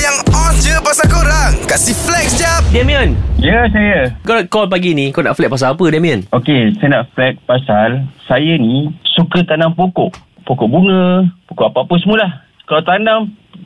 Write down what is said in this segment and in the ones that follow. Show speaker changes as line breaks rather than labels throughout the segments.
yang on je pasal korang Kasih flex jap
Damien
Ya, saya.
Kau nak call pagi ni Kau nak flag pasal apa Damien
Okey, saya nak flag pasal saya ni suka tanam pokok. Pokok bunga, pokok apa-apa semualah. Kalau tanam,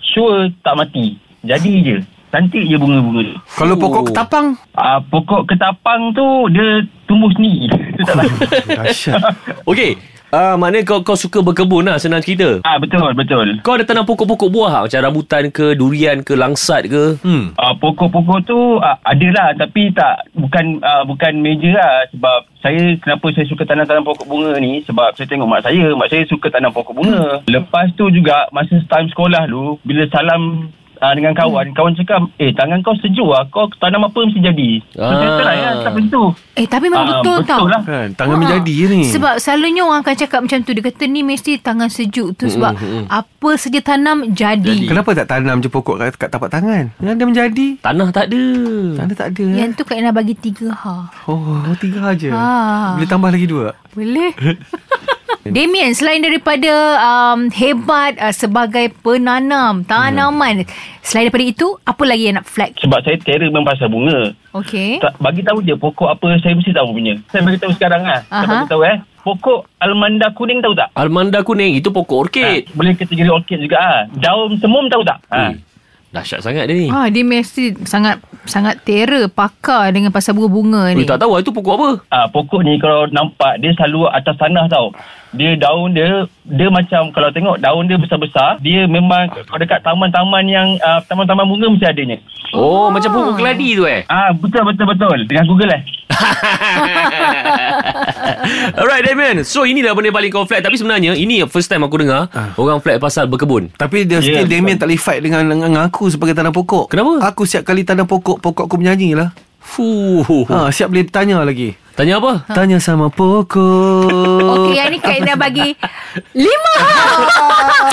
sure tak mati. Jadi je. Cantik je bunga-bunga dia.
Kalau pokok ketapang
Ah, pokok ketapang tu dia tumbuh sendiri. Itu tak laku.
Dahsyat
Okay Ah, Maknanya kau, kau suka berkebun lah Senang cerita
ah, betul, betul.
Kau ada tanam pokok-pokok buah tak? Macam rambutan ke Durian ke Langsat ke
Hmm
Uh, pokok-pokok tu uh, ada lah tapi tak bukan uh, bukan major lah sebab saya kenapa saya suka tanam-tanam pokok bunga ni sebab saya tengok mak saya mak saya suka tanam pokok bunga lepas tu juga masa time sekolah dulu bila salam uh, dengan kawan
Hmm.
kawan cakap eh tangan kau sejuk lah kau tanam apa mesti jadi so saya
Ah.
try lah sampai situ
Eh tapi memang
Ah,
betul,
betul
tau
lah.
Kan Tangan
Ha.
menjadi je ni
Sebab selalunya orang akan cakap macam tu Dia kata ni mesti tangan sejuk tu Sebab apa saja tanam jadi,
Kenapa tak tanam je pokok kat, kat tapak tangan Kan dia menjadi
Tanah tak ada
Tanda tak ada eh?
Yang tu Kak Ina bagi tiga ha
Oh tiga je
Ha.
Boleh tambah lagi dua
Boleh Damien selain daripada um, hebat uh, sebagai penanam tanaman Selain daripada itu apa lagi yang nak flag?
sebab saya terror memang pasal bunga
Okay
tak, bagi tahu je pokok apa saya mesti tahu punya saya bagi tahu sekarang lah saya
Aha.
bagi tahu eh pokok almanda kuning tahu tak
Almanda kuning Itu pokok
Ha,
orkid
boleh kategori orchid juga ah. Daun semum tahu tak? Ha.
Ah.
Eh, Dahsyat sangat dia ni
Ah, dia mesti sangat sangat terror pakar dengan pasal bunga-bunga
Ui,
ni.
tak tahu lah, itu pokok apa
Ah, pokok ni kalau nampak dia selalu atas tanah tau. Dia daun dia dia macam kalau tengok daun dia besar-besar, dia memang kalau dekat taman-taman yang ah, taman-taman bunga mesti adanya.
Oh, macam pokok keladi tu eh
Ah betul betul betul. Dengan Google eh.
Alright Damien So ini dah benda yang paling kau flat Tapi sebenarnya Ini yang first time aku dengar
Ah.
Orang flat pasal berkebun
Tapi dia yeah,
Ya,
still
betul.
Damien tak boleh fight dengan, dengan aku sebagai tanam pokok
Kenapa?
Aku siap kali tanam pokok Pokok aku menyanyi lah
Fuh
Oh.
ha, Siap boleh tanya lagi
Tanya apa?
Tanya sama pokok
Ha. Okey, yang ni Kak Ina bagi lima ha.